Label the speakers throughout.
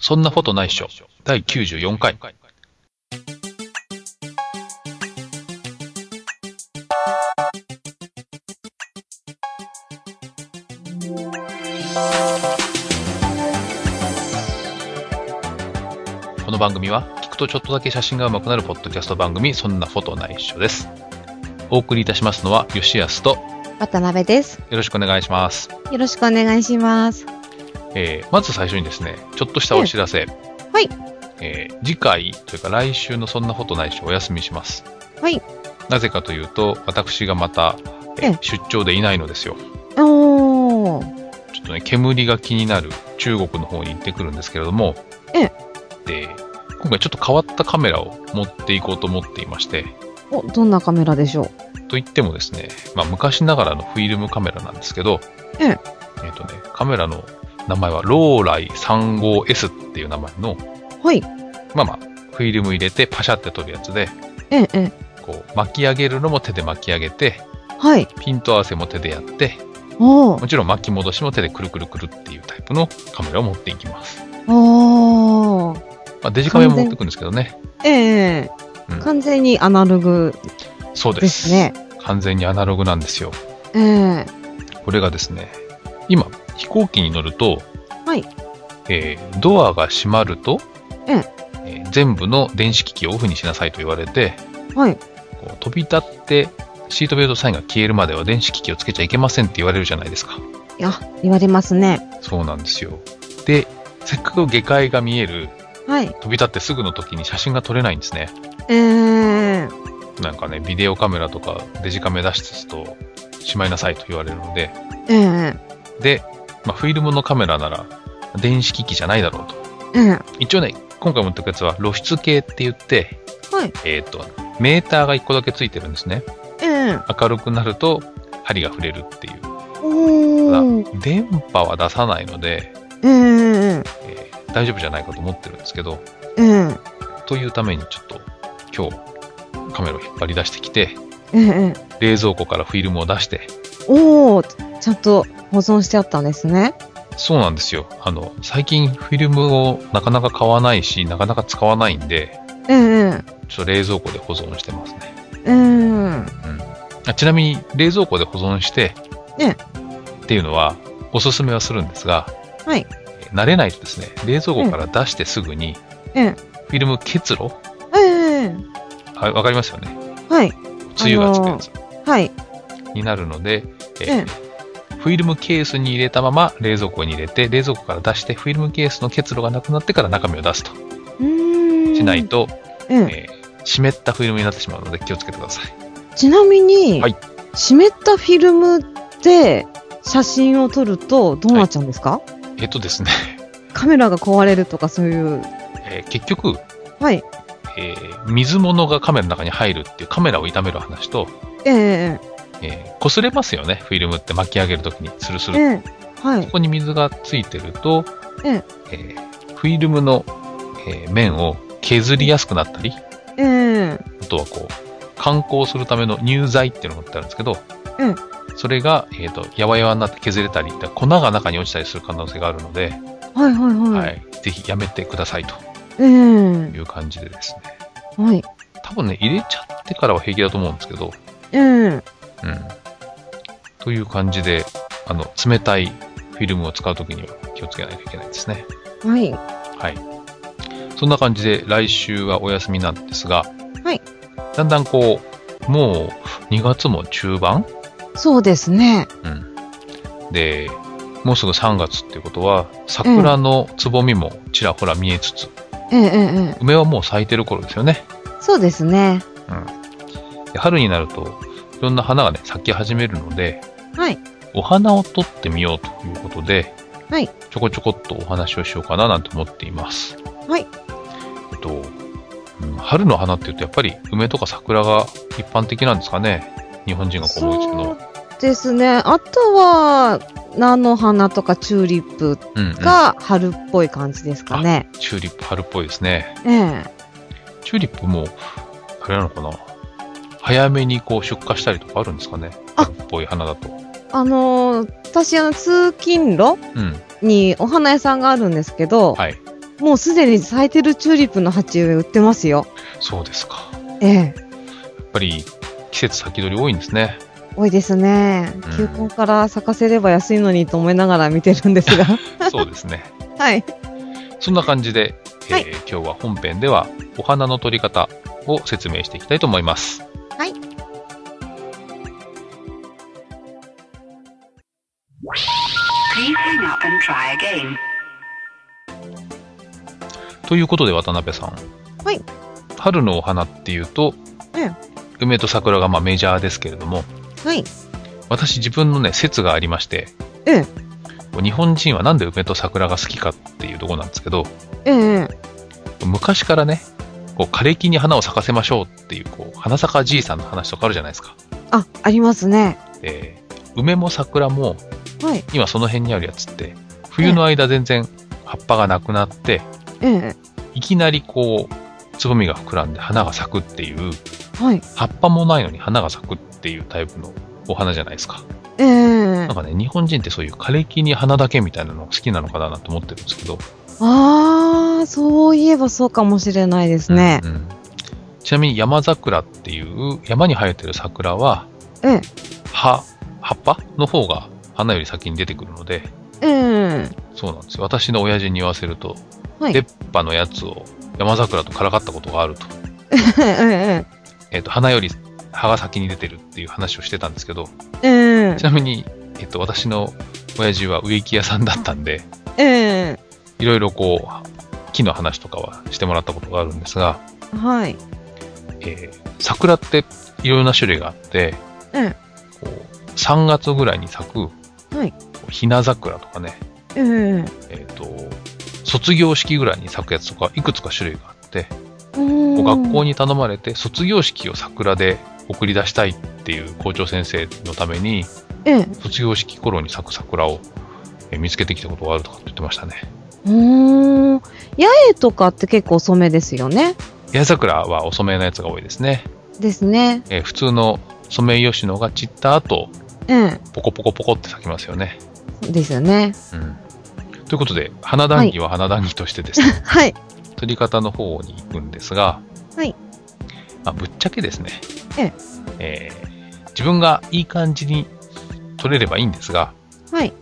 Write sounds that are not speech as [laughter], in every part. Speaker 1: そんなことないっしょ。第94回。この番組は、聞くとちょっとだけ写真が上手くなるポッドキャスト番組、そんなことないっしょです。お送りいたしますのは、吉安と、よ
Speaker 2: 渡辺です。
Speaker 1: ろしくお願いします。
Speaker 2: よろしくお願いします。
Speaker 1: えーまず最初にですね、ちょっとしたお知らせ。
Speaker 2: はい。
Speaker 1: えー次回というか来週のそんなことないしお休みします。
Speaker 2: はい。
Speaker 1: なぜかというと、私がまた、えー
Speaker 2: ええ
Speaker 1: 出張でいないのですよ。
Speaker 2: おー。
Speaker 1: ちょっとね、煙が気になる中国の方に行ってくるんですけれども、
Speaker 2: ええ
Speaker 1: で、今回ちょっと変わったカメラを持っていこうと思っていまして、
Speaker 2: お、どんなカメラでしょう
Speaker 1: といってもですね、まあ、昔ながらのフィルムカメラなんですけど、
Speaker 2: ええ
Speaker 1: えっとね、カメラの名前はローライ 35S っていう名前の、
Speaker 2: はい。
Speaker 1: まあまあ、フィルム入れてパシャって撮るやつで、
Speaker 2: ええ、ええ。
Speaker 1: こう、巻き上げるのも手で巻き上げて、
Speaker 2: はい。
Speaker 1: ピント合わせも手でやって、
Speaker 2: おー。
Speaker 1: もちろん巻き戻しも手でくるくるくるっていうタイプのカメラを持っていきます。
Speaker 2: おー。
Speaker 1: まあ、デジカメも持ってくるんですけどね。
Speaker 2: ええ
Speaker 1: うん
Speaker 2: 完全にアナログ
Speaker 1: そうです。
Speaker 2: ですね。
Speaker 1: 完全にアナログなんですよ。
Speaker 2: ええ
Speaker 1: これがですね、今、飛行機に乗ると、
Speaker 2: はい
Speaker 1: えードアが閉まると、
Speaker 2: うん
Speaker 1: えー全部の電子機器をオフにしなさいと言われて、
Speaker 2: はい。
Speaker 1: こう飛び立ってシートベルトサインが消えるまでは電子機器をつけちゃいけませんって言われるじゃないですか。
Speaker 2: いや、言われますね。
Speaker 1: そうなんですよ。で、せっかく下界が見える
Speaker 2: はい。
Speaker 1: 飛び立ってすぐの時に写真が撮れないんですね。
Speaker 2: ええ
Speaker 1: なんかね、ビデオカメラとかデジカメ出すとしまいなさいと言われるので、
Speaker 2: ええ
Speaker 1: で、まあ、フィルムのカメラなら電子機器じゃないだろうと。
Speaker 2: ええ
Speaker 1: 一応ね、今回持ってくやつは露出系って言って、
Speaker 2: はい。
Speaker 1: えっ、と、メーターが1個だけついてるんですね。
Speaker 2: ええ
Speaker 1: 明るくなると針が触れるっていう。
Speaker 2: おー。
Speaker 1: 電波は出さないので、
Speaker 2: ええ
Speaker 1: えー大丈夫じゃないかと思ってるんですけど、
Speaker 2: ええ
Speaker 1: というためにちょっと今日カメラを引っ張り出してきて、
Speaker 2: ええ
Speaker 1: 冷蔵庫からフィルムを出して、
Speaker 2: おー。ちゃんと保存してあったんですね。
Speaker 1: そうなんですよ。あの、最近フィルムをなかなか買わないし、なかなか使わないんで、
Speaker 2: ええ
Speaker 1: ちょっと冷蔵庫で保存してますね。
Speaker 2: ええ
Speaker 1: うんあちなみに冷蔵庫で保存して、
Speaker 2: ね
Speaker 1: っていうのはおすすめはするんですが、
Speaker 2: はい
Speaker 1: えー慣れないとですね冷蔵庫から出してすぐに、
Speaker 2: うん
Speaker 1: フィルム結露
Speaker 2: ええ
Speaker 1: あわかりますよね
Speaker 2: はい。
Speaker 1: つゆがつくやつ
Speaker 2: はい。
Speaker 1: になるので、えーフィルムケースに入れたまま冷蔵庫に入れて冷蔵庫から出してフィルムケースの結露がなくなってから中身を出すとし
Speaker 2: し
Speaker 1: ない。と、
Speaker 2: うん
Speaker 1: えー湿ったフィルムになってしまうので気をつけてください
Speaker 2: ちなみに、
Speaker 1: はい
Speaker 2: 湿ったフィルムで写真を撮るとどうなっちゃうんですか、
Speaker 1: えっ、とですね、
Speaker 2: カメラが壊れるとかそういう。
Speaker 1: えー結局
Speaker 2: はい。
Speaker 1: えー水物がカメラの中に入るっていうカメラを傷める話と、
Speaker 2: ええ
Speaker 1: えー擦れますよね、フィルムって巻き上げるときにツルツ
Speaker 2: え
Speaker 1: ル。
Speaker 2: えは
Speaker 1: そ
Speaker 2: い。
Speaker 1: こに水がついてると、
Speaker 2: ええ
Speaker 1: えーフィルムの、えー面を削りやすくなったり、
Speaker 2: ええ
Speaker 1: あとはこう、観光するための乳剤っていうのがあってあるんですけど、
Speaker 2: うん
Speaker 1: それが、えっ、と、やわやわになって削れたり、粉が中に落ちたりする可能性があるので、
Speaker 2: はいはいは
Speaker 1: は
Speaker 2: い。
Speaker 1: い、ぜひやめてくださいと
Speaker 2: ええ
Speaker 1: いう感じでですね。
Speaker 2: はい。
Speaker 1: 多分ね、入れちゃってからは平気だと思うんですけど、
Speaker 2: ええ
Speaker 1: うん。という感じで、あの、冷たいフィルムを使うときには気をつけないといけないですね。
Speaker 2: はい。
Speaker 1: はい。そんな感じで来週はお休みなんですが、
Speaker 2: はい。
Speaker 1: だんだんこう、もう2月も中盤
Speaker 2: そうですね。
Speaker 1: で、もうすぐ3月っていうことは、桜のつぼみもちらほら見えつつ、
Speaker 2: ええええ
Speaker 1: 梅はもう咲いてる頃ですよね。
Speaker 2: そうですね。
Speaker 1: で春になると、いろんな花がね、咲き始めるので、
Speaker 2: はい。
Speaker 1: お花を撮ってみようということで、
Speaker 2: はい
Speaker 1: ちょこちょこっとお話をしようかななんて思っています。
Speaker 2: はい。
Speaker 1: えっと、うん春の花っていうと、やっぱり梅とか桜が一般的なんですかね。日本人がこう思いつくの
Speaker 2: そう
Speaker 1: は。
Speaker 2: ですね。あとは、菜の花とかチューリップ
Speaker 1: うん、うん。
Speaker 2: が春っぽい感じですかね。
Speaker 1: チューリップ春っぽいですね。
Speaker 2: ええ
Speaker 1: チューリップも、あれなのかな早めにこう出荷したりとかあるんですかね。
Speaker 2: あ
Speaker 1: 春っぽい花だと。
Speaker 2: あのー私あの通勤路
Speaker 1: うん。
Speaker 2: にお花屋さんがあるんですけど、
Speaker 1: はい。
Speaker 2: もうすでに咲いてるチューリップの鉢植え売ってますよ。
Speaker 1: そうですか。
Speaker 2: ええ。
Speaker 1: やっぱり季節先取り多いんですね。
Speaker 2: 多いですね
Speaker 1: うん。
Speaker 2: 球根から咲かせれば安いのにと思いながら見てる
Speaker 1: [laughs]
Speaker 2: んですが。
Speaker 1: そうですね。
Speaker 2: はい。
Speaker 1: そんな感じで、えー
Speaker 2: はい
Speaker 1: 今日は本編ではお花の取り方を説明していきたいと思います。
Speaker 2: はい。
Speaker 3: Please hang up and try again.
Speaker 1: ということで渡辺さん。
Speaker 2: はい
Speaker 1: 春のお花っていうと、
Speaker 2: ええ
Speaker 1: 梅と桜がまあメジャーですけれども、
Speaker 2: はい。
Speaker 1: 私自分のね説がありまして、
Speaker 2: ええ
Speaker 1: こう日本人はなんで梅と桜が好きかっていうところなんですけど
Speaker 2: ええ。
Speaker 1: 昔からねこう枯れ木に花を咲かせましょうっていうこう花咲かじいさんの話とかあるじゃないですか、
Speaker 2: あ、ありますね。
Speaker 1: えー梅も桜も
Speaker 2: はい。
Speaker 1: 今その辺にあるやつって冬の間全然葉っぱがなくなって
Speaker 2: ええ。
Speaker 1: いきなりこうつぼみが膨らんで花が咲くっていう
Speaker 2: はい。
Speaker 1: 葉っぱもないのに花が咲くっていうタイプのお花じゃないですか
Speaker 2: ええ
Speaker 1: なん。かね日本人ってそういう枯れ木に花だけみたいなの好きなのかなと思ってるんですけど
Speaker 2: ああ、そういえばそうかもしれないですね。
Speaker 1: うんうんちなみに山桜っていう山に生えてる桜は
Speaker 2: ええ。
Speaker 1: 葉葉っぱの方が花より先に出てくるので
Speaker 2: ええ。
Speaker 1: そうなんですよ私の親父に言わせると、
Speaker 2: はい
Speaker 1: 出っ歯のやつを山桜とからかったことがあると,、
Speaker 2: [laughs] ええ。
Speaker 1: えっと花より葉が先に出てるっていう話をしてたんですけど
Speaker 2: ええ
Speaker 1: ち。なみに、えっと私の親父は植木屋さんだったんで
Speaker 2: ええ。
Speaker 1: いろいろこう木の話とかはしてもらったことがあるんですが
Speaker 2: はい。
Speaker 1: えー桜っていろんな種類があって、
Speaker 2: うん
Speaker 1: こう3月ぐらいに咲く、
Speaker 2: はい
Speaker 1: こうひな桜とかね、
Speaker 2: ええ。
Speaker 1: えっと卒業式ぐらいに咲くやつとかいくつか種類があって、こう学
Speaker 2: 学
Speaker 1: 校
Speaker 2: に。
Speaker 1: に頼まれて卒業式を桜で送り出したいっていう校長先生のために
Speaker 2: ええ。
Speaker 1: 卒業式頃に咲く桜をえー見つけてきたことがあるとかって言ってましたね。
Speaker 2: うーん。八重とかって結構染めですよね。
Speaker 1: 八重桜はお染めのやつが多いですね。
Speaker 2: ですね。
Speaker 1: えー普通のソメイヨシノが散った後、
Speaker 2: うん。
Speaker 1: ポコポコポコって咲きますよね。
Speaker 2: ですよね。
Speaker 1: うんということで、花談義は花談義としてですね、
Speaker 2: はい。
Speaker 1: 取り方の方に行くんですが、
Speaker 2: はい
Speaker 1: まあ、ぶっちゃけですね、
Speaker 2: ええ
Speaker 1: えー自分がいい感じに取れればいいんですが、
Speaker 2: はい。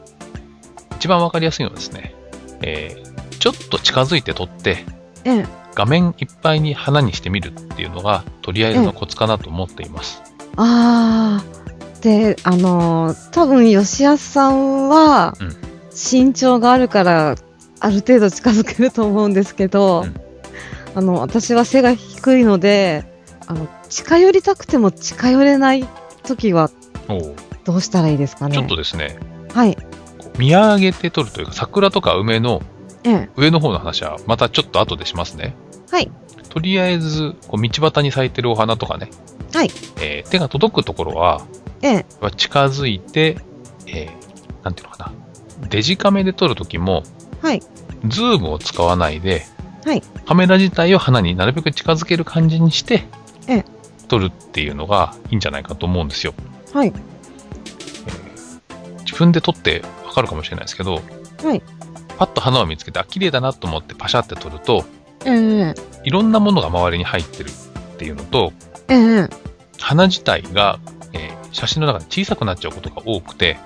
Speaker 1: 一番わかりやすいのはですね、えーちょっと近づいて取って、
Speaker 2: ええ。
Speaker 1: 画面いっぱいに花にしてみるっていうのが、とりあえずのコツかなと思っています。
Speaker 2: ああ。で、あのー多分吉安さんは
Speaker 1: うん、
Speaker 2: 身長があるから、ある程度近づけると思うんですけど、
Speaker 1: うん
Speaker 2: あの、私は背が低いので、あの、近寄りたくても近寄れない時は
Speaker 1: おう
Speaker 2: どうしたらいいですかね。
Speaker 1: ちょっとですね、
Speaker 2: はい。
Speaker 1: こう見上げて取るというか、桜とか梅の
Speaker 2: ええ。
Speaker 1: 上の方の話はまたちょっと後でしますね。
Speaker 2: はい。
Speaker 1: とりあえず、こう道端に咲いてるお花とかね。
Speaker 2: はい。
Speaker 1: えー手が届くところは、
Speaker 2: ええ。
Speaker 1: は近づいて、えーなんていうのかな。デジカメで撮るときも、
Speaker 2: はい。
Speaker 1: ズームを使わないで、
Speaker 2: はい
Speaker 1: カメラ自体を花になるべく近づける感じにして、
Speaker 2: ええ
Speaker 1: 撮るっていうのがいいんじゃないかと思うんですよ。
Speaker 2: はい。
Speaker 1: 自分で撮ってわかるかもしれないですけど、
Speaker 2: はい
Speaker 1: パッと花を見つけて、あ、綺麗だなと思ってパシャって撮ると、
Speaker 2: ええ。
Speaker 1: いろんなものが周りに入ってるっていうのと、
Speaker 2: ええ。
Speaker 1: 花自体が、えー写真の中で小さくなっちゃうことが多くて、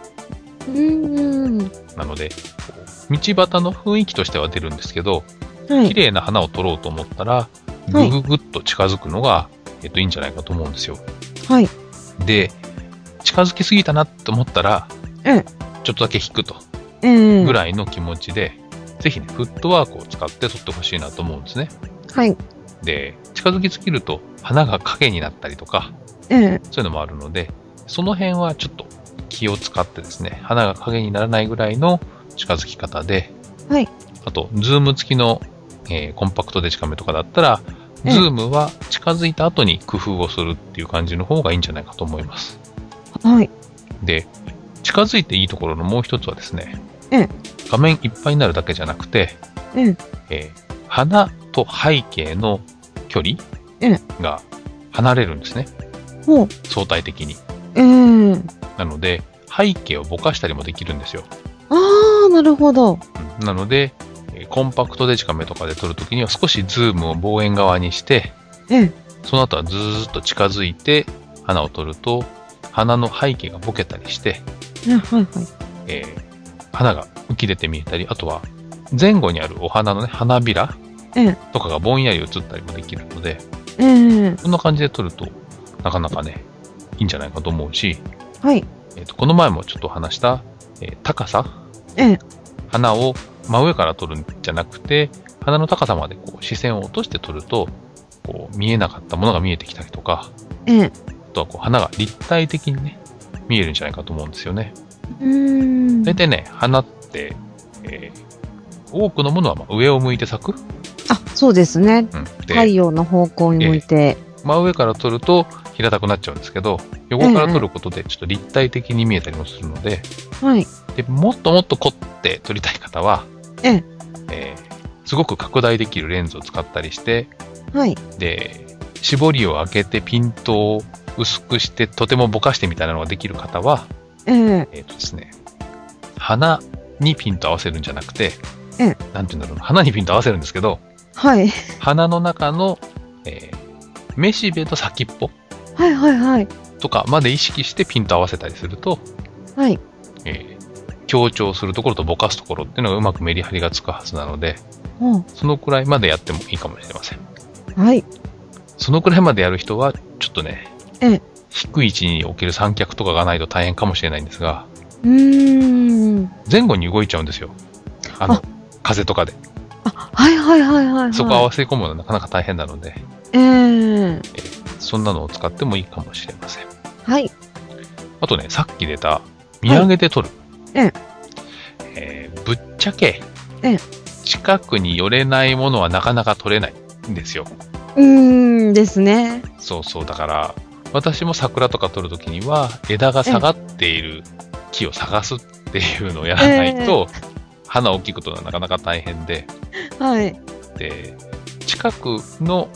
Speaker 2: うん。
Speaker 1: なので、こう道端の雰囲気としては出るんですけど、
Speaker 2: は
Speaker 1: 綺
Speaker 2: い。
Speaker 1: 麗な花を撮ろうと思ったら、
Speaker 2: は
Speaker 1: ぐ
Speaker 2: い
Speaker 1: ぐぐっと近づくのが、えっと、いいんじゃないかと思うんですよ。
Speaker 2: はい。
Speaker 1: で、近づきすぎたなと思ったら、
Speaker 2: うん
Speaker 1: ちょっとだけ引くと
Speaker 2: ええ。
Speaker 1: ぐらいの気持ちで、ぜひね、フットワークを使って撮ってほしいなと思うんですね。
Speaker 2: はい。
Speaker 1: で、近づきすぎると、花が影になったりとか、
Speaker 2: ええ。
Speaker 1: そういうのもあるので、その辺はちょっと気を使ってですね、花が影にならないぐらいの近づき方で、
Speaker 2: はい
Speaker 1: あと、ズーム付きの、えーコンパクトデジカメとかだったら、
Speaker 2: ええ
Speaker 1: ズームは近づいた後に工夫をするっていう感じの方がいいんじゃないかと思います。
Speaker 2: はい。
Speaker 1: で、近づいていいところのもう一つはですね、
Speaker 2: ええ
Speaker 1: 画面いっぱいになるだけじゃなくて、
Speaker 2: ええ。
Speaker 1: えー花と背景の距離
Speaker 2: え
Speaker 1: が離れるんですね、
Speaker 2: ほう。
Speaker 1: 相対的に。
Speaker 2: ええ。
Speaker 1: なので、背景をぼかしたりもできるんですよ。
Speaker 2: ああ、なるほど。
Speaker 1: うんなので、えーコンパクトデジカメとかで撮るときには少しズームを望遠側にして、
Speaker 2: ええ。
Speaker 1: その後はずーっと近づいて花を撮ると、花の背景がボケたりして、
Speaker 2: ねはいはい。
Speaker 1: えー花が浮き出て見えたり、あとは前後にあるお花のね、花びら
Speaker 2: ええ。
Speaker 1: とかがぼんやり映ったりもできるので、
Speaker 2: ええ。
Speaker 1: こんな感じで撮ると、なかなかね、いいんじゃないかと思うし、
Speaker 2: はい。
Speaker 1: えーとこの前もちょっと話した、えー高さ、
Speaker 2: ええ。
Speaker 1: 花を真上から撮るんじゃなくて、花の高さまでこう視線を落として撮ると、こう見えなかったものが見えてきたりとか、
Speaker 2: ええ。
Speaker 1: あとはこう花が立体的にね、見えるんじゃないかと思うんですよね。
Speaker 2: うーん。
Speaker 1: 大体ね、花って、えー多くのものはまあ上を向いて咲く。
Speaker 2: あ、そうですね。
Speaker 1: うん、で、
Speaker 2: 太陽の方向に向いて。
Speaker 1: 真上から撮ると平たくなっちゃうんですけど、横から撮ることでちょっと立体的に見えたりもするので、
Speaker 2: はい。
Speaker 1: でもっともっと凝って撮りたい方は、
Speaker 2: ええ
Speaker 1: えーすごく拡大できるレンズを使ったりして、
Speaker 2: はい。
Speaker 1: で、絞りを開けてピントを薄くしてとてもぼかしてみたいなのができる方は、
Speaker 2: ええ。
Speaker 1: えっ、とですね、花にピント合わせるんじゃなくて、
Speaker 2: ええ
Speaker 1: なんて言うんだろうな、花にピント合わせるんですけど、
Speaker 2: はい。
Speaker 1: 花の中の、えー、めしべと先っぽ
Speaker 2: はいはいはい。
Speaker 1: とかまで意識してピント合わせたりすると、
Speaker 2: はい。
Speaker 1: えー強調するところとぼかすところっていうのがうまくメリハリがつくはずなので、
Speaker 2: うん
Speaker 1: そのくらいまでやってもいいかもしれません。
Speaker 2: はい。
Speaker 1: そのくらいまでやる人は、ちょっとね、
Speaker 2: ええ
Speaker 1: 低い位置に置ける三脚とかがないと大変かもしれないんですが、
Speaker 2: うーん。
Speaker 1: 前後に動いちゃうんですよ。あの、
Speaker 2: あ
Speaker 1: 風とかで。
Speaker 2: あ、はいはいはいはい、はい。
Speaker 1: そこ合わせ込むのはなかなか大変なので、
Speaker 2: ええ
Speaker 1: そんなのを使ってもいいかもしれません。
Speaker 2: はい。
Speaker 1: あとね、さっき出た、見上げて撮る。
Speaker 2: ええ
Speaker 1: えーぶっちゃけ、
Speaker 2: ええ
Speaker 1: 近くに寄れないものはなかなか撮れないんですよ。
Speaker 2: うーんですね。
Speaker 1: そうそう。だから、私も桜とか撮るときには、枝が下がっている木を探すっていうのをやらないと、花を大きく撮るのはなかなか大変で、
Speaker 2: はい。
Speaker 1: で、近くの、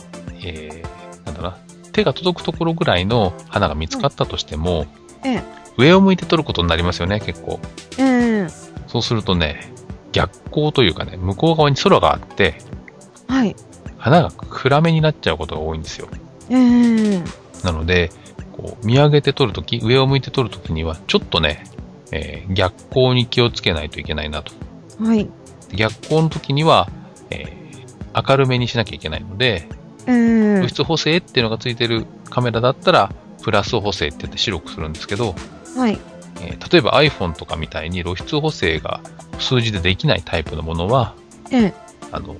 Speaker 1: えーなんだろうな、手が届くところぐらいの花が見つかったとしても、
Speaker 2: うんええ
Speaker 1: 上を向いて撮ることになりますよね、結構。
Speaker 2: ええ
Speaker 1: そうするとね、逆光というかね、向こう側に空があって、
Speaker 2: はい。
Speaker 1: 花が暗めになっちゃうことが多いんですよ。
Speaker 2: ええ
Speaker 1: なので、こう見上げて撮るとき、上を向いて撮るときには、ちょっとね、えー逆光に気をつけないといけないなと。
Speaker 2: はい。
Speaker 1: 逆光のときには、えー明るめにしなきゃいけないので、
Speaker 2: ええ
Speaker 1: 物質補正っていうのがついてるカメラだったら、プラス補正って言って白くするんですけど、
Speaker 2: はい。
Speaker 1: えー例えば iPhone とかみたいに露出補正が数字でできないタイプのものは、
Speaker 2: ええ
Speaker 1: あの、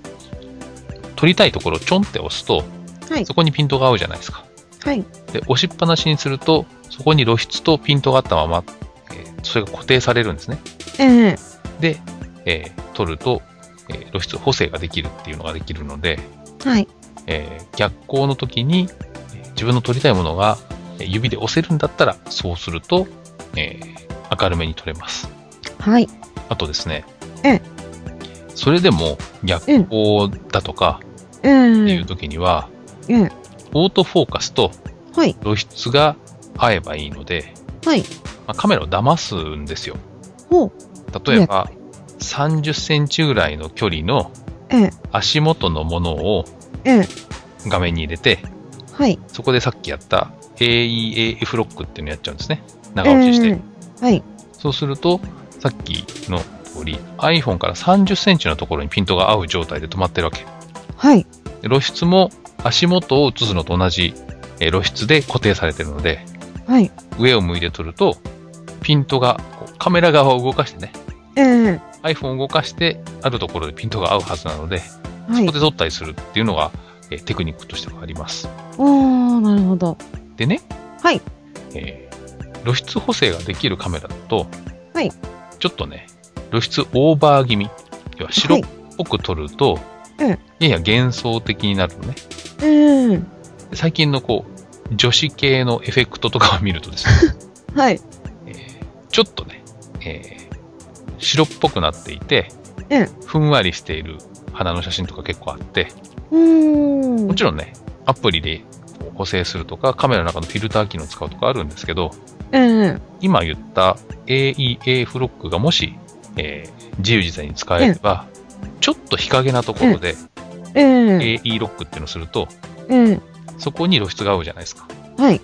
Speaker 1: 撮りたいところをちょんって押すと、
Speaker 2: はい
Speaker 1: そこにピントが合うじゃないですか。
Speaker 2: はい。
Speaker 1: で、押しっぱなしにすると、そこに露出とピントがあったまま、えーそれが固定されるんですね。
Speaker 2: ええ
Speaker 1: で、えー撮ると、えー露出補正ができるっていうのができるので、
Speaker 2: はい。
Speaker 1: えー逆光の時にえー自分の撮りたいものがえー指で押せるんだったらそうすると、えー明るめに撮れます
Speaker 2: はい。
Speaker 1: あとですね
Speaker 2: ええ
Speaker 1: それでも逆光だとか
Speaker 2: ええ
Speaker 1: っていう時には、
Speaker 2: ええ
Speaker 1: オートフォーカスと
Speaker 2: はい。
Speaker 1: 露出が合えばいいので、
Speaker 2: はい。
Speaker 1: まあカメラを騙すんですよ
Speaker 2: ほう。
Speaker 1: 例えば30センチぐらいの距離の
Speaker 2: ええ
Speaker 1: 足元のものを
Speaker 2: ええ
Speaker 1: 画面に入れて
Speaker 2: はい。
Speaker 1: そこでさっきやった AEAF ロックっていうのやっちゃうんですね。長押しして。
Speaker 2: ええはい。
Speaker 1: そうすると、さっきの通り iPhone から30センチのところにピントが合う状態で止まってるわけ。
Speaker 2: はい。
Speaker 1: で露出も足元を映すのと同じえー露出で固定されてるので、
Speaker 2: はい。
Speaker 1: 上を向いて撮ると、ピントが、こうカメラ側を動かしてね、
Speaker 2: ええ
Speaker 1: iPhone を動かして、あるところでピントが合うはずなので、
Speaker 2: は
Speaker 1: そ
Speaker 2: い
Speaker 1: こ。で撮ったりするっていうのが、えーテクニックとしてはあります。
Speaker 2: おー、なるほど。
Speaker 1: でね、
Speaker 2: はい
Speaker 1: えー露出補正ができるカメラだと、
Speaker 2: はい
Speaker 1: ちょっとね、露出オーバー気味、要は白っ
Speaker 2: はい
Speaker 1: ぽく撮ると、
Speaker 2: うん
Speaker 1: やや幻想的になるのね。
Speaker 2: ええ
Speaker 1: 最近のこう、女子系のエフェクトとかを見るとです
Speaker 2: [laughs]
Speaker 1: ね、
Speaker 2: はい。
Speaker 1: えーちょっとね、えー白っぽくなっていて、
Speaker 2: うん
Speaker 1: ふんわりしている花の写真とか結構あって、
Speaker 2: うーん。
Speaker 1: もちろんね、アプリでこう補正するとか、カメラの中のフィルター機能使うとかあるんですけど、
Speaker 2: ええ
Speaker 1: 今言った AEA フロックがもし、えー自由自在に使えれば、ちょっと日陰なところで
Speaker 2: ええ
Speaker 1: AE ロックっていうのをすると、
Speaker 2: ええ
Speaker 1: そこに露出が合うじゃないですか。
Speaker 2: はい。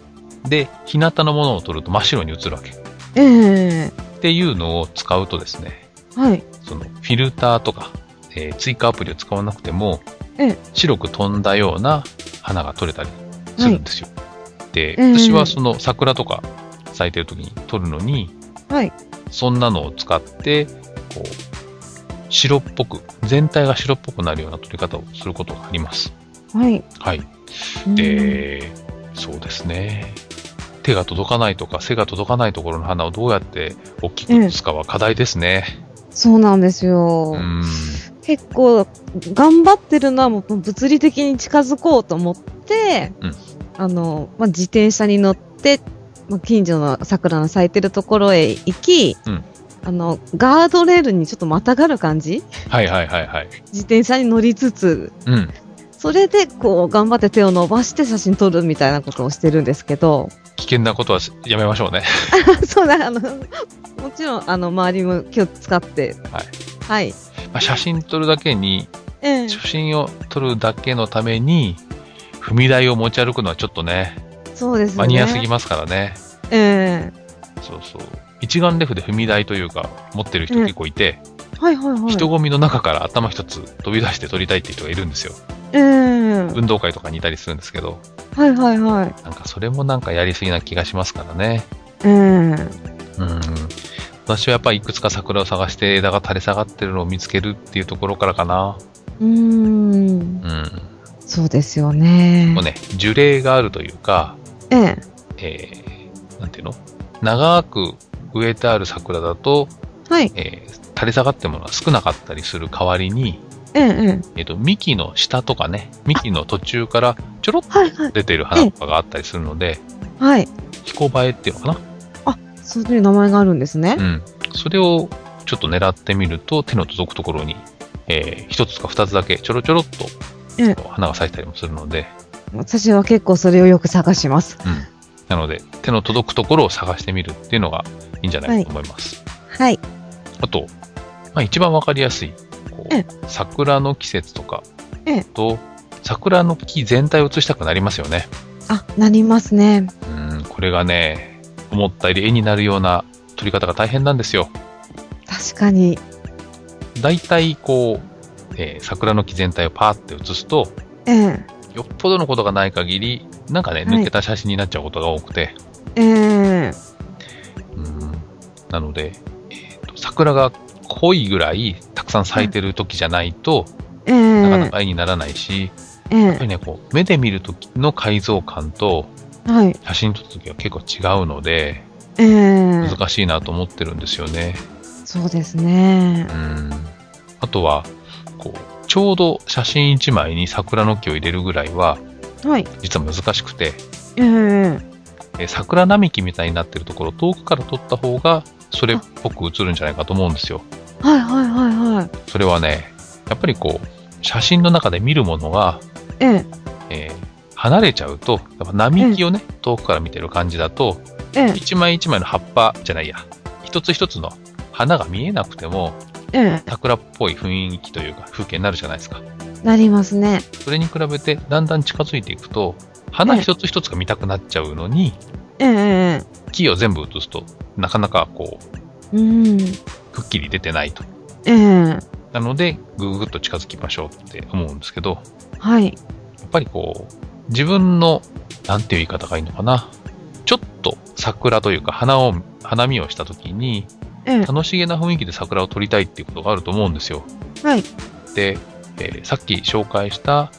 Speaker 1: で、日向のものを取ると真っ白に映るわけ。っ
Speaker 2: ええ
Speaker 1: ていうのを使うとですね、
Speaker 2: はい。
Speaker 1: そのフィルターとか、えー追加アプリを使わなくても
Speaker 2: ええ、
Speaker 1: 白く飛んだような花が取れたりするんですよ。で、
Speaker 2: ええ
Speaker 1: 私はその桜とか咲いてる時に取るのに、
Speaker 2: はい。
Speaker 1: そんなのを使って、こう、白っぽく、全体が白っぽくなるような取り方をすることがあります。
Speaker 2: はい。
Speaker 1: はい。
Speaker 2: うん、
Speaker 1: で、そうですね。手が届かないとか背が届かないところの花をどうやって大きく映すかは課題ですね。
Speaker 2: そうなんですよ。
Speaker 1: うん。
Speaker 2: 結構、頑張ってるのはもう物理的に近づこうと思って、
Speaker 1: うん
Speaker 2: あの、まあ、自転車に乗って、まあ、近所の桜の咲いてるところへ行き、
Speaker 1: うん
Speaker 2: あの、ガードレールにちょっとまたがる感じ
Speaker 1: はいはいはいはい。
Speaker 2: 自転車に乗りつつ、
Speaker 1: うん。
Speaker 2: それでこう、頑張って手を伸ばして写真撮るみたいなことをしてるんですけど、 [laughs]
Speaker 1: 危険なことはしやめましょうね。 [laughs]
Speaker 2: そうだ、あの、もちろん、あの、周りも気を使って、
Speaker 1: はい。
Speaker 2: はい。
Speaker 1: まあ写真撮るだけに、
Speaker 2: ええ
Speaker 1: 写真を撮るだけのために、踏み台を持ち歩くのはちょっとね、
Speaker 2: そうですね。
Speaker 1: マニアすぎますからね。
Speaker 2: え
Speaker 1: そうそう。一眼レフで踏み台というか、持ってる人結構いて、
Speaker 2: えはいはいはい。
Speaker 1: 人混みの中から頭一つ飛び出して撮りたいっていう人がいるんですよ。
Speaker 2: ええ
Speaker 1: 運動会とかにいたりするんですけど、
Speaker 2: はいはいはい。
Speaker 1: なんかそれもなんかやりすぎな気がしますからね。
Speaker 2: ええ
Speaker 1: うん。私はやっぱりいくつか桜を探して枝が垂れ下がってるのを見つけるっていうところからかな。
Speaker 2: うーん。
Speaker 1: うん。
Speaker 2: そうですよね
Speaker 1: もう。ね、樹齢があるというか、
Speaker 2: ええ
Speaker 1: えー、なんていうの長く植えてある桜だと、
Speaker 2: はい。
Speaker 1: えー垂れ下がってるものが少なかったりする代わりに、
Speaker 2: ええええ
Speaker 1: えっ、と、幹の下とかね、幹の途中からちょろっと
Speaker 2: はいはい。
Speaker 1: 出てる花とかがあったりするので、
Speaker 2: はい。
Speaker 1: ヒコバエっていうのか
Speaker 2: そういう名前があるんですね
Speaker 1: な。うん。それをちょっと狙ってみると、手の届くところに、えー一つか二つだけちょろちょろっ
Speaker 2: うん
Speaker 1: と花が咲いたりもするので、
Speaker 2: 私は結構それをよく探します。
Speaker 1: なので、手の届くところを探してみるっていうのがいいんじゃないかと思います。
Speaker 2: はい。
Speaker 1: あと、まあ、一番わかりやすい、こ
Speaker 2: ええ
Speaker 1: う、桜の季節とか
Speaker 2: ええ、
Speaker 1: と、桜の木全体を写したくなりますよね。
Speaker 2: あ、なりますね。
Speaker 1: うん、これがね、思ったより絵になるような撮り方が大変なんですよ。
Speaker 2: 確かに。
Speaker 1: だいたいこう、えー桜の木全体をパーって写すと、
Speaker 2: ええ
Speaker 1: よっぽどのことがない限り、なんかね、
Speaker 2: はい
Speaker 1: 抜けた写真になっちゃうことが多くて、
Speaker 2: ええ
Speaker 1: うん、なので、えーと、桜が濃いぐらいたくさん咲いてる時じゃないと、
Speaker 2: え
Speaker 1: なかな
Speaker 2: え
Speaker 1: か絵にならないし、
Speaker 2: え
Speaker 1: やっぱりね、こう、目で見るときの解像感と、
Speaker 2: えはい。
Speaker 1: 写真撮ったときは結構違うので、
Speaker 2: ええ
Speaker 1: 難しいなと思ってるんですよね。
Speaker 2: そうですね
Speaker 1: う。ん。あとは、こう、ちょうど写真1枚に桜の木を入れるぐらいは、
Speaker 2: はい。
Speaker 1: 実は難しくて、
Speaker 2: ええ
Speaker 1: え桜並木みたいになってるところ、遠くから撮った方が、それっぽく映るんじゃないかと思うんですよ。
Speaker 2: はいはいはいはい。
Speaker 1: それはね、やっぱりこう、写真の中で見るものが、
Speaker 2: ええ
Speaker 1: えー離れちゃうと、やっぱ並木をね、遠くから見てる感じだと、
Speaker 2: ええ
Speaker 1: 一枚一枚の葉っぱじゃないや、一つ一つの花が見えなくても、
Speaker 2: ええ
Speaker 1: 桜っぽい雰囲気というか風景になるじゃないですか。
Speaker 2: なりますね。
Speaker 1: それに比べてだんだん近づいていくと、花一つ一つが見たくなっちゃうのに、
Speaker 2: えええ
Speaker 1: 木を全部写すと、なかなかこう、
Speaker 2: えうん。
Speaker 1: くっきり出てないと。
Speaker 2: ええ
Speaker 1: なので、ぐぐぐっと近づきましょうって思うんですけど、
Speaker 2: はい。
Speaker 1: やっぱりこう、自分の、なんていう言い方がいいのかな。ちょっと桜というか花を、花見をした時に、
Speaker 2: ええ
Speaker 1: 楽しげな雰囲気で桜を撮りたいっていうことがあると思うんですよ。
Speaker 2: はい。
Speaker 1: で、えーさっき紹介した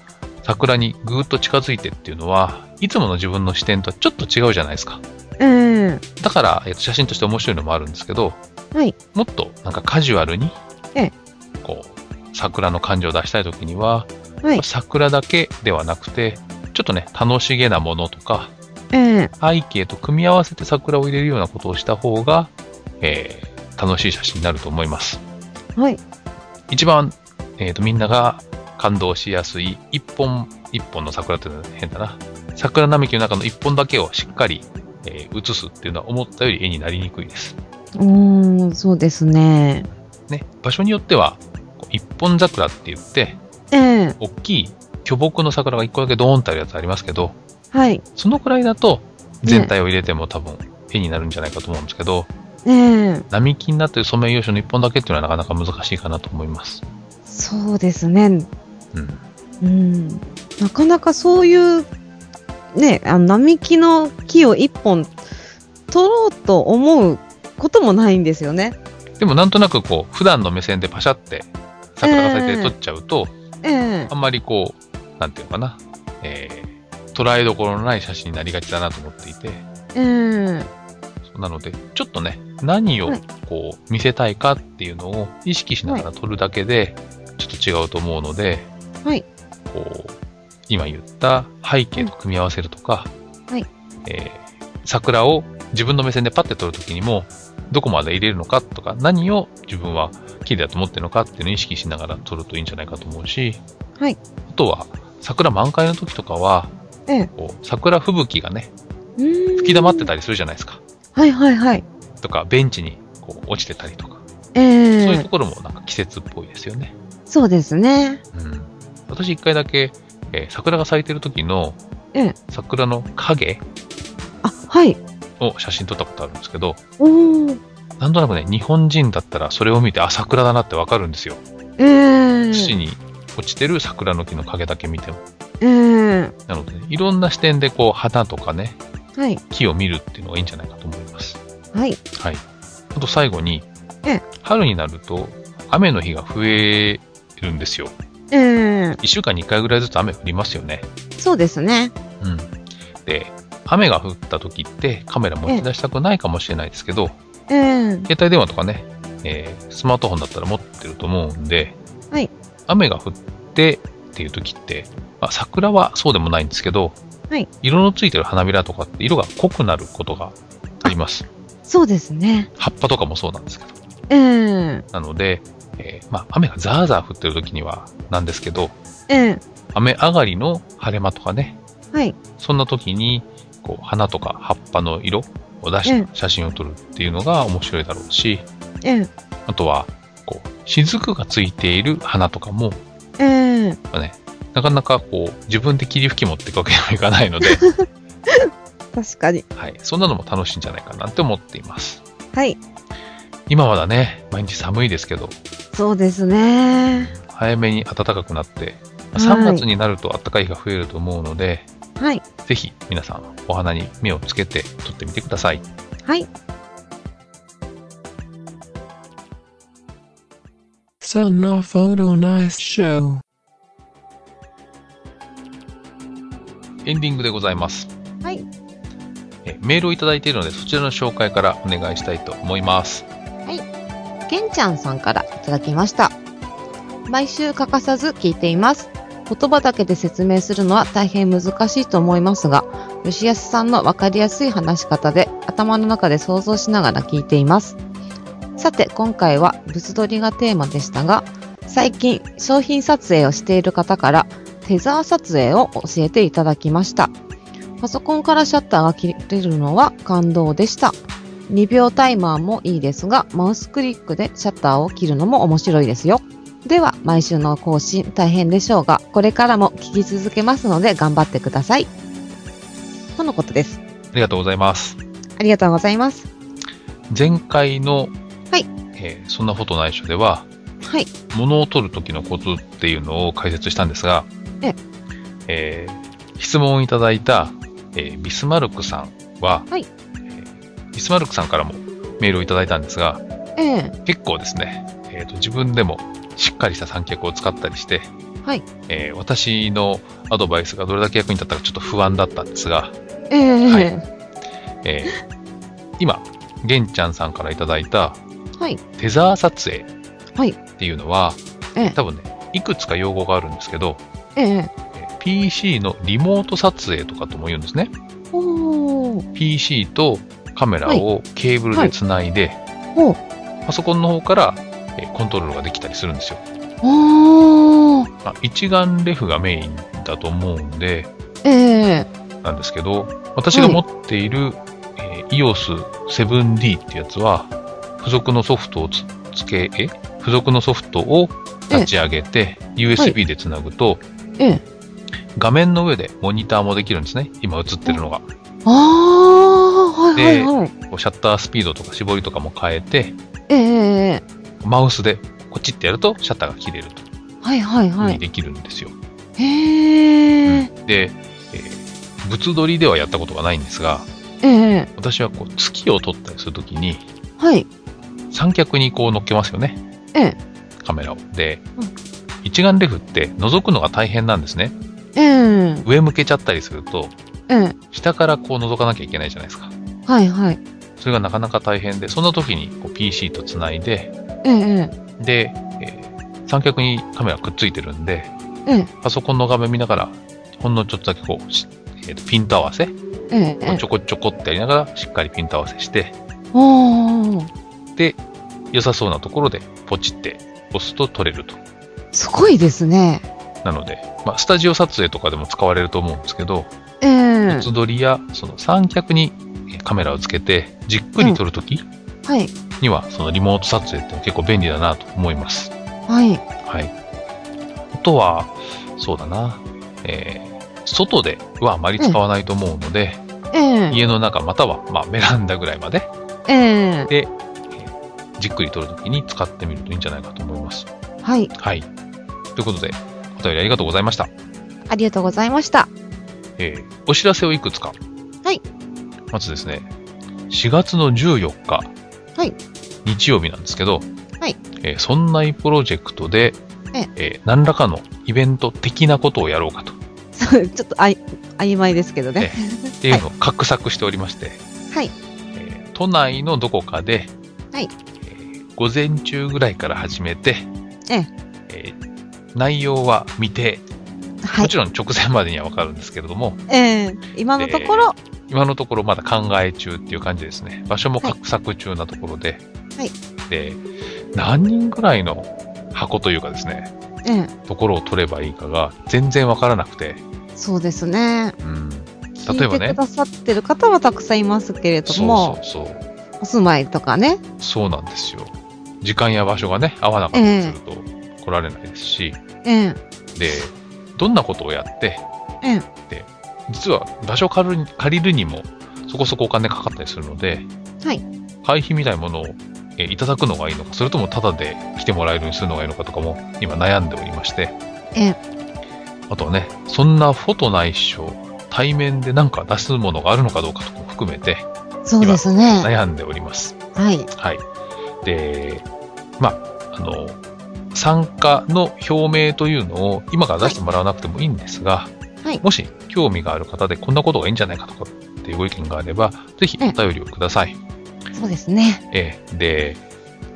Speaker 1: 桜にぐーっと近づいてっていうのは、いつもの自分の視点とはちょっと違うじゃないですか。
Speaker 2: ええ
Speaker 1: だから、えーと写真として面白いのもあるんですけど、
Speaker 2: はい
Speaker 1: もっとなんかカジュアルに、
Speaker 2: ええ
Speaker 1: こう、桜の感情を出したいときには、
Speaker 2: はい。
Speaker 1: 桜だけではなくて、ちょっとね、楽しげなものとか、
Speaker 2: ええ
Speaker 1: 背景と組み合わせて桜を入れるようなことをした方が、えー楽しい写真になると思います。
Speaker 2: はい。
Speaker 1: 一番、えー、とみんなが感動しやすい一本一本の桜っていうのは変だな桜並木の中の一本だけをしっかり、えー写すっていうのは思ったより絵になりにくいです、
Speaker 2: うーん、そうですね。
Speaker 1: ね、場所によってはこう一本桜って言って、
Speaker 2: ええ
Speaker 1: 大きい巨木の桜が一個だけドーンとあるやつありますけど、
Speaker 2: はい。
Speaker 1: そのくらいだと全体を入れても多分絵になるんじゃないかと思うんですけど、
Speaker 2: ええ
Speaker 1: 並木になってるソメイヨシノの一本だけっていうのはなかなか難しいかなと思います。
Speaker 2: そうですね。
Speaker 1: うん。
Speaker 2: うん。なかなかそういう、ね、あの並木の木を一本取ろうと思うこともないんですよね。
Speaker 1: でもなんとなくこう、普段の目線でパシャって桜が咲い
Speaker 2: ええ
Speaker 1: て撮っちゃうと、
Speaker 2: ええ
Speaker 1: あんまりこう、なんていうのかな、えー、捉えどころのない写真になりがちだなと思っていて、
Speaker 2: ええ
Speaker 1: なので、ちょっとね、何を
Speaker 2: はい
Speaker 1: こう、見せたいかっていうのを意識しながら撮るだけで、ちょっと違うと思うので、
Speaker 2: はい
Speaker 1: こう、今言った背景と組み合わせるとか、
Speaker 2: うんはい
Speaker 1: えー桜を自分の目線でパッて撮るときにも、どこまで入れるのかとか、何を自分は綺麗だと思ってるのかっていうのを意識しながら撮るといいんじゃないかと思うし、
Speaker 2: はい
Speaker 1: あとは、桜満開の時とかは、
Speaker 2: ええ
Speaker 1: こう桜吹雪がね、
Speaker 2: 吹
Speaker 1: 吹き溜まってたりするじゃないですか。
Speaker 2: はいはいはい。
Speaker 1: とか、ベンチにこう落ちてたりとか、
Speaker 2: え
Speaker 1: そう
Speaker 2: え
Speaker 1: いうところもなんか季節っぽいですよね。
Speaker 2: そうですね。
Speaker 1: うん、私一回だけ、えー桜が咲いてる時の
Speaker 2: ええ
Speaker 1: 桜の影
Speaker 2: あ、はい。
Speaker 1: を写真撮ったことあるんですけど、
Speaker 2: おお。
Speaker 1: なんとなくね、日本人だったらそれを見て、あ、桜だなってわかるんですよ。
Speaker 2: ええ
Speaker 1: 土に落ちてる桜の木の影だけ見ても。
Speaker 2: ええ
Speaker 1: なので、ね、いろんな視点でこう、花とかね、
Speaker 2: はい。
Speaker 1: 木を見るっていうのがいいんじゃないかと思います。
Speaker 2: はい。
Speaker 1: はい。あと最後に、
Speaker 2: ええ
Speaker 1: 春になると雨の日が増えるんですよ。
Speaker 2: ええ
Speaker 1: 1週間に1回ぐらいずつ雨降りますよね。
Speaker 2: そうですね。
Speaker 1: うん。で、雨が降った時ってカメラ持ち出したくないかもしれないですけど、
Speaker 2: ええ
Speaker 1: 携帯電話とかね、えースマートフォンだったら持ってると思うんで、
Speaker 2: はい
Speaker 1: 雨が降ってっていう時って、まあ、桜はそうでもないんですけど、
Speaker 2: はい
Speaker 1: 色のついてる花びらとかって色が濃くなることがあります。
Speaker 2: そうですね。
Speaker 1: 葉っぱとかもそうなんですけど。
Speaker 2: ええ
Speaker 1: なので、えーまあ、雨がザーザー降ってる時にはなんですけど、
Speaker 2: ええ
Speaker 1: 雨上がりの晴れ間とかね、
Speaker 2: はい。
Speaker 1: そんな時に、こう、花とか葉っぱの色を出
Speaker 2: う
Speaker 1: し
Speaker 2: ん
Speaker 1: て写真を撮るっていうのが面白いだろうし、
Speaker 2: ええ
Speaker 1: あとは、こう、雫がついている花とかも、
Speaker 2: ええ
Speaker 1: まあね、なかなかこう、自分で霧吹き持っていくわけにはいかないの
Speaker 2: [laughs]
Speaker 1: で、
Speaker 2: 確かに。
Speaker 1: はい。そんなのも楽しいんじゃないかなって思っています。
Speaker 2: はい。
Speaker 1: 今まだね、毎日寒いですけど、
Speaker 2: そうですね。
Speaker 1: 早めに暖かくなって、まあ
Speaker 2: はい
Speaker 1: 3月になると暖かい日が増えると思うので、
Speaker 2: はい。
Speaker 1: ぜひ皆さんお花に目をつけて撮ってみてください。
Speaker 2: はい。
Speaker 4: Sono Photo Nice Show.
Speaker 1: エンディングでございます。
Speaker 2: はい。
Speaker 1: えメールをいただいているので、そちらの紹介からお願いしたいと思います。
Speaker 2: けんちゃんさんからいただきました。毎週欠かさず聞いています。言葉だけで説明するのは大変難しいと思いますが、吉安さんのわかりやすい話し方で頭の中で想像しながら聞いています。さて、今回は物撮りがテーマでしたが、最近商品撮影をしている方からテザー撮影を教えていただきました。パソコンからシャッターが切れるのは感動でした。2秒タイマーもいいですが、マウスクリックでシャッターを切るのも面白いですよ。では、毎週の更新大変でしょうが、これからも聞き続けますので頑張ってください。とのことです。
Speaker 1: ありがとうございます。
Speaker 2: ありがとうございます。
Speaker 1: 前回の、
Speaker 2: はい
Speaker 1: えーそんなことないっしょでは、
Speaker 2: はい。
Speaker 1: 物を取る時のコツっていうのを解説したんですが、
Speaker 2: ええ
Speaker 1: えー質問をいただいた、えービスマルクさんは、
Speaker 2: はい
Speaker 1: えービスマルクさんからもメールをいただいたんですが、
Speaker 2: ええ
Speaker 1: 結構ですね、えーと自分でもしっかりした三脚を使ったりして、
Speaker 2: はい
Speaker 1: えー私のアドバイスがどれだけ役に立ったかちょっと不安だったんですが、
Speaker 2: ええ
Speaker 1: は
Speaker 2: はい。
Speaker 1: え
Speaker 2: [laughs]
Speaker 1: ー今、玄ちゃんさんからいただいた
Speaker 2: はい。
Speaker 1: テザー撮影
Speaker 2: はい
Speaker 1: っていうのは、
Speaker 2: ええ
Speaker 1: 多分ね、いくつか用語があるんですけど、
Speaker 2: ええ
Speaker 1: えー PC のリモート撮影とかとも言うんですね。
Speaker 2: おー。
Speaker 1: PC とカメラをケーブルでつないで、
Speaker 2: おー。
Speaker 1: パソコンの方からえーコントロールができたりするんですよ。
Speaker 2: おー。
Speaker 1: まあ、一眼レフがメインだと思うんで、
Speaker 2: ええ
Speaker 1: なんですけど、私が持っている、えー EOS7D ってやつは、付属のソフトをつつけ、え付属のソフトを立ち上げて、USB でつなぐと、
Speaker 2: ええ。
Speaker 1: 画面の上でモニターもできるんですね。今映ってるのが。
Speaker 2: ああ、はいはいはい。
Speaker 1: こうシャッタースピードとか絞りとかも変えて、
Speaker 2: ええええ。
Speaker 1: マウスでこっちってやるとシャッターが切れると
Speaker 2: はいはい
Speaker 1: いうふう
Speaker 2: は
Speaker 1: に
Speaker 2: い。
Speaker 1: できるんですよ。
Speaker 2: へえ。
Speaker 1: で、えー物撮りではやったことがないんですが、
Speaker 2: ええ。
Speaker 1: 私はこう月を撮ったりするときに、
Speaker 2: はい。
Speaker 1: 三脚にこう乗っけますよね。
Speaker 2: ええ
Speaker 1: カメラを。で、
Speaker 2: うん
Speaker 1: 一眼レフって覗くのが大変なんですね。
Speaker 2: ええ。
Speaker 1: 上向けちゃったりすると、
Speaker 2: ええ。
Speaker 1: 下からこう覗かなきゃいけないじゃないですか。
Speaker 2: はいはい。
Speaker 1: それがなかなか大変で、そんな時にこう PC とつないで、
Speaker 2: ええ。
Speaker 1: で、えー三脚にカメラくっついてるんで、
Speaker 2: ええ。
Speaker 1: パソコンの画面見ながら、ほんのちょっとだけこう、しえーとピント合わせ、
Speaker 2: ええ。ええ
Speaker 1: ちょこちょこってやりながら、しっかりピント合わせして、
Speaker 2: おー。
Speaker 1: で、良さそうなところでポチって押すと撮れると。
Speaker 2: すごいですね。
Speaker 1: なので、まあ、スタジオ撮影とかでも使われると思うんですけど、
Speaker 2: ええ。
Speaker 1: 物撮りやその三脚にカメラをつけてじっくり撮るとき
Speaker 2: はい。
Speaker 1: には、そのリモート撮影って結構便利だなと思います。
Speaker 2: はい。
Speaker 1: はい。あとは、そうだな、えー外ではあまり使わないと思うので、
Speaker 2: ええ。
Speaker 1: 家の中または、まあ、ベランダぐらいまで
Speaker 2: ええ。
Speaker 1: じっくり撮るときに使ってみるといいんじゃないかと思います。
Speaker 2: はい。
Speaker 1: はい。ということで、お便りありがとうございました。
Speaker 2: ありがとうございました。 [laughs]
Speaker 1: えーお知らせをいくつか。
Speaker 2: はい。
Speaker 1: まずですね、4月の14日、
Speaker 2: はい
Speaker 1: 日曜日なんですけど、
Speaker 2: はい
Speaker 1: えーそんないプロジェクトで、
Speaker 2: え
Speaker 1: えー何らかのイベント的なことをやろうかと
Speaker 2: そうちょっとあい曖昧ですけどね。
Speaker 1: っていうのを画策しておりまして、
Speaker 2: はい。
Speaker 1: えー都内のどこかで、
Speaker 2: はい
Speaker 1: えー午前中ぐらいから始めて、
Speaker 2: ええ
Speaker 1: えー内容は未定、
Speaker 2: は
Speaker 1: も
Speaker 2: い。
Speaker 1: ちろん直前までにはわかるんですけれども、
Speaker 2: ええ。今のところ、
Speaker 1: 今のところまだ考え中っていう感じですね。場所も画策中なところで。
Speaker 2: はい
Speaker 1: で、何人ぐらいの箱というかですね、
Speaker 2: ええ。
Speaker 1: ところを取ればいいかが全然わからなくて、
Speaker 2: そうですね。
Speaker 1: うん。例
Speaker 2: 聞
Speaker 1: えば
Speaker 2: いて
Speaker 1: ね
Speaker 2: く、ださってる方はたくさんいますけれど
Speaker 1: そ
Speaker 2: も
Speaker 1: う、そうそう、
Speaker 2: お住まいとかね。
Speaker 1: そうなんですよ。時間や場所がね、合わなかったりすると来られないですし、
Speaker 2: ええ。
Speaker 1: で、どんなことをやって、
Speaker 2: ええ
Speaker 1: で、実は場所を借りる借りるにもそこそこお金かかったりするので、
Speaker 2: はい
Speaker 1: 会費みたいなものをえーいただくのがいいのか、それともタダで来てもらえるようにするのがいいのかとかも今悩んでおりまして、
Speaker 2: ええ
Speaker 1: あとはね、そんなフォトないしょ、対面で何か出すものがあるのかどうかとかも含めて
Speaker 2: そうですね。
Speaker 1: 悩んでおります。
Speaker 2: はい。
Speaker 1: はい。で、まあ、あの、参加の表明というのを今から出してもらわなくてもいいんですが、
Speaker 2: はい
Speaker 1: もし興味がある方でこんなことがいいんじゃないかとかっていうご意見があれば、ぜひお便りをください。
Speaker 2: そうですね。
Speaker 1: えーで、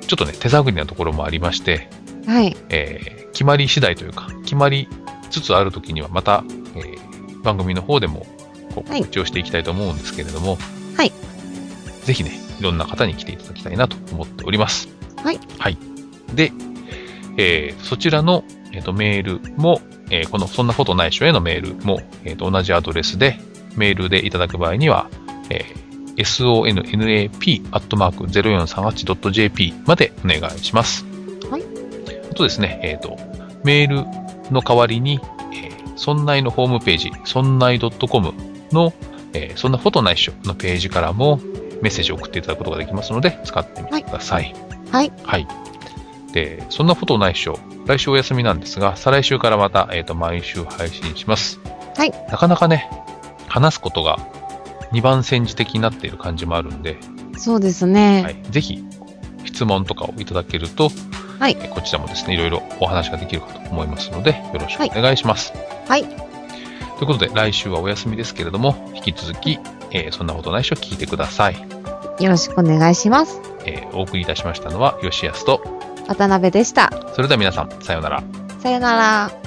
Speaker 1: ちょっとね、手探りなところもありまして、
Speaker 2: はい。
Speaker 1: えー決まり次第というか、決まりつつあるときにはまた、えー番組の方でもこう
Speaker 2: はい
Speaker 1: 告知をしていきたいと思うんですけれども、
Speaker 2: はい。
Speaker 1: ぜひね、いろんな方に来ていただきたいなと思っております。
Speaker 2: はい。
Speaker 1: はい。で、えーそちらの、えー、とメールも、えーこのそんなことないっしょへのメールも、えーと同じアドレスで、メールでいただく場合には、えー sonnap.0438.jp までお願いします。あとですね、えっ、と、メールの代わりに、えー、そんないのホームページ、そんない .com の、えーそんなことないっしょのページからもメッセージを送っていただくことができますので、使ってみてください。
Speaker 2: はい。
Speaker 1: はい。で、そんなことないっしょ、来週お休みなんですが、再来週からまた、えっ、と、毎週配信します。
Speaker 2: はい。
Speaker 1: なかなかね、話すことが二番煎じ的になっている感じもあるんで、
Speaker 2: そうですね。
Speaker 1: はい、ぜひ質問とかをいただけると、
Speaker 2: はい
Speaker 1: えーこちらもですね、いろいろお話ができるかと思いますので、よろしくお願いします。
Speaker 2: はい
Speaker 1: ということで、来週はお休みですけれども、引き続き、えーそんなことないしょ聞いてください。
Speaker 2: よろしくお願いします。
Speaker 1: えーお送りいたしましたのは、よしやすと、
Speaker 2: 渡辺でした。
Speaker 1: それでは皆さん、さようなら。
Speaker 2: さよなら。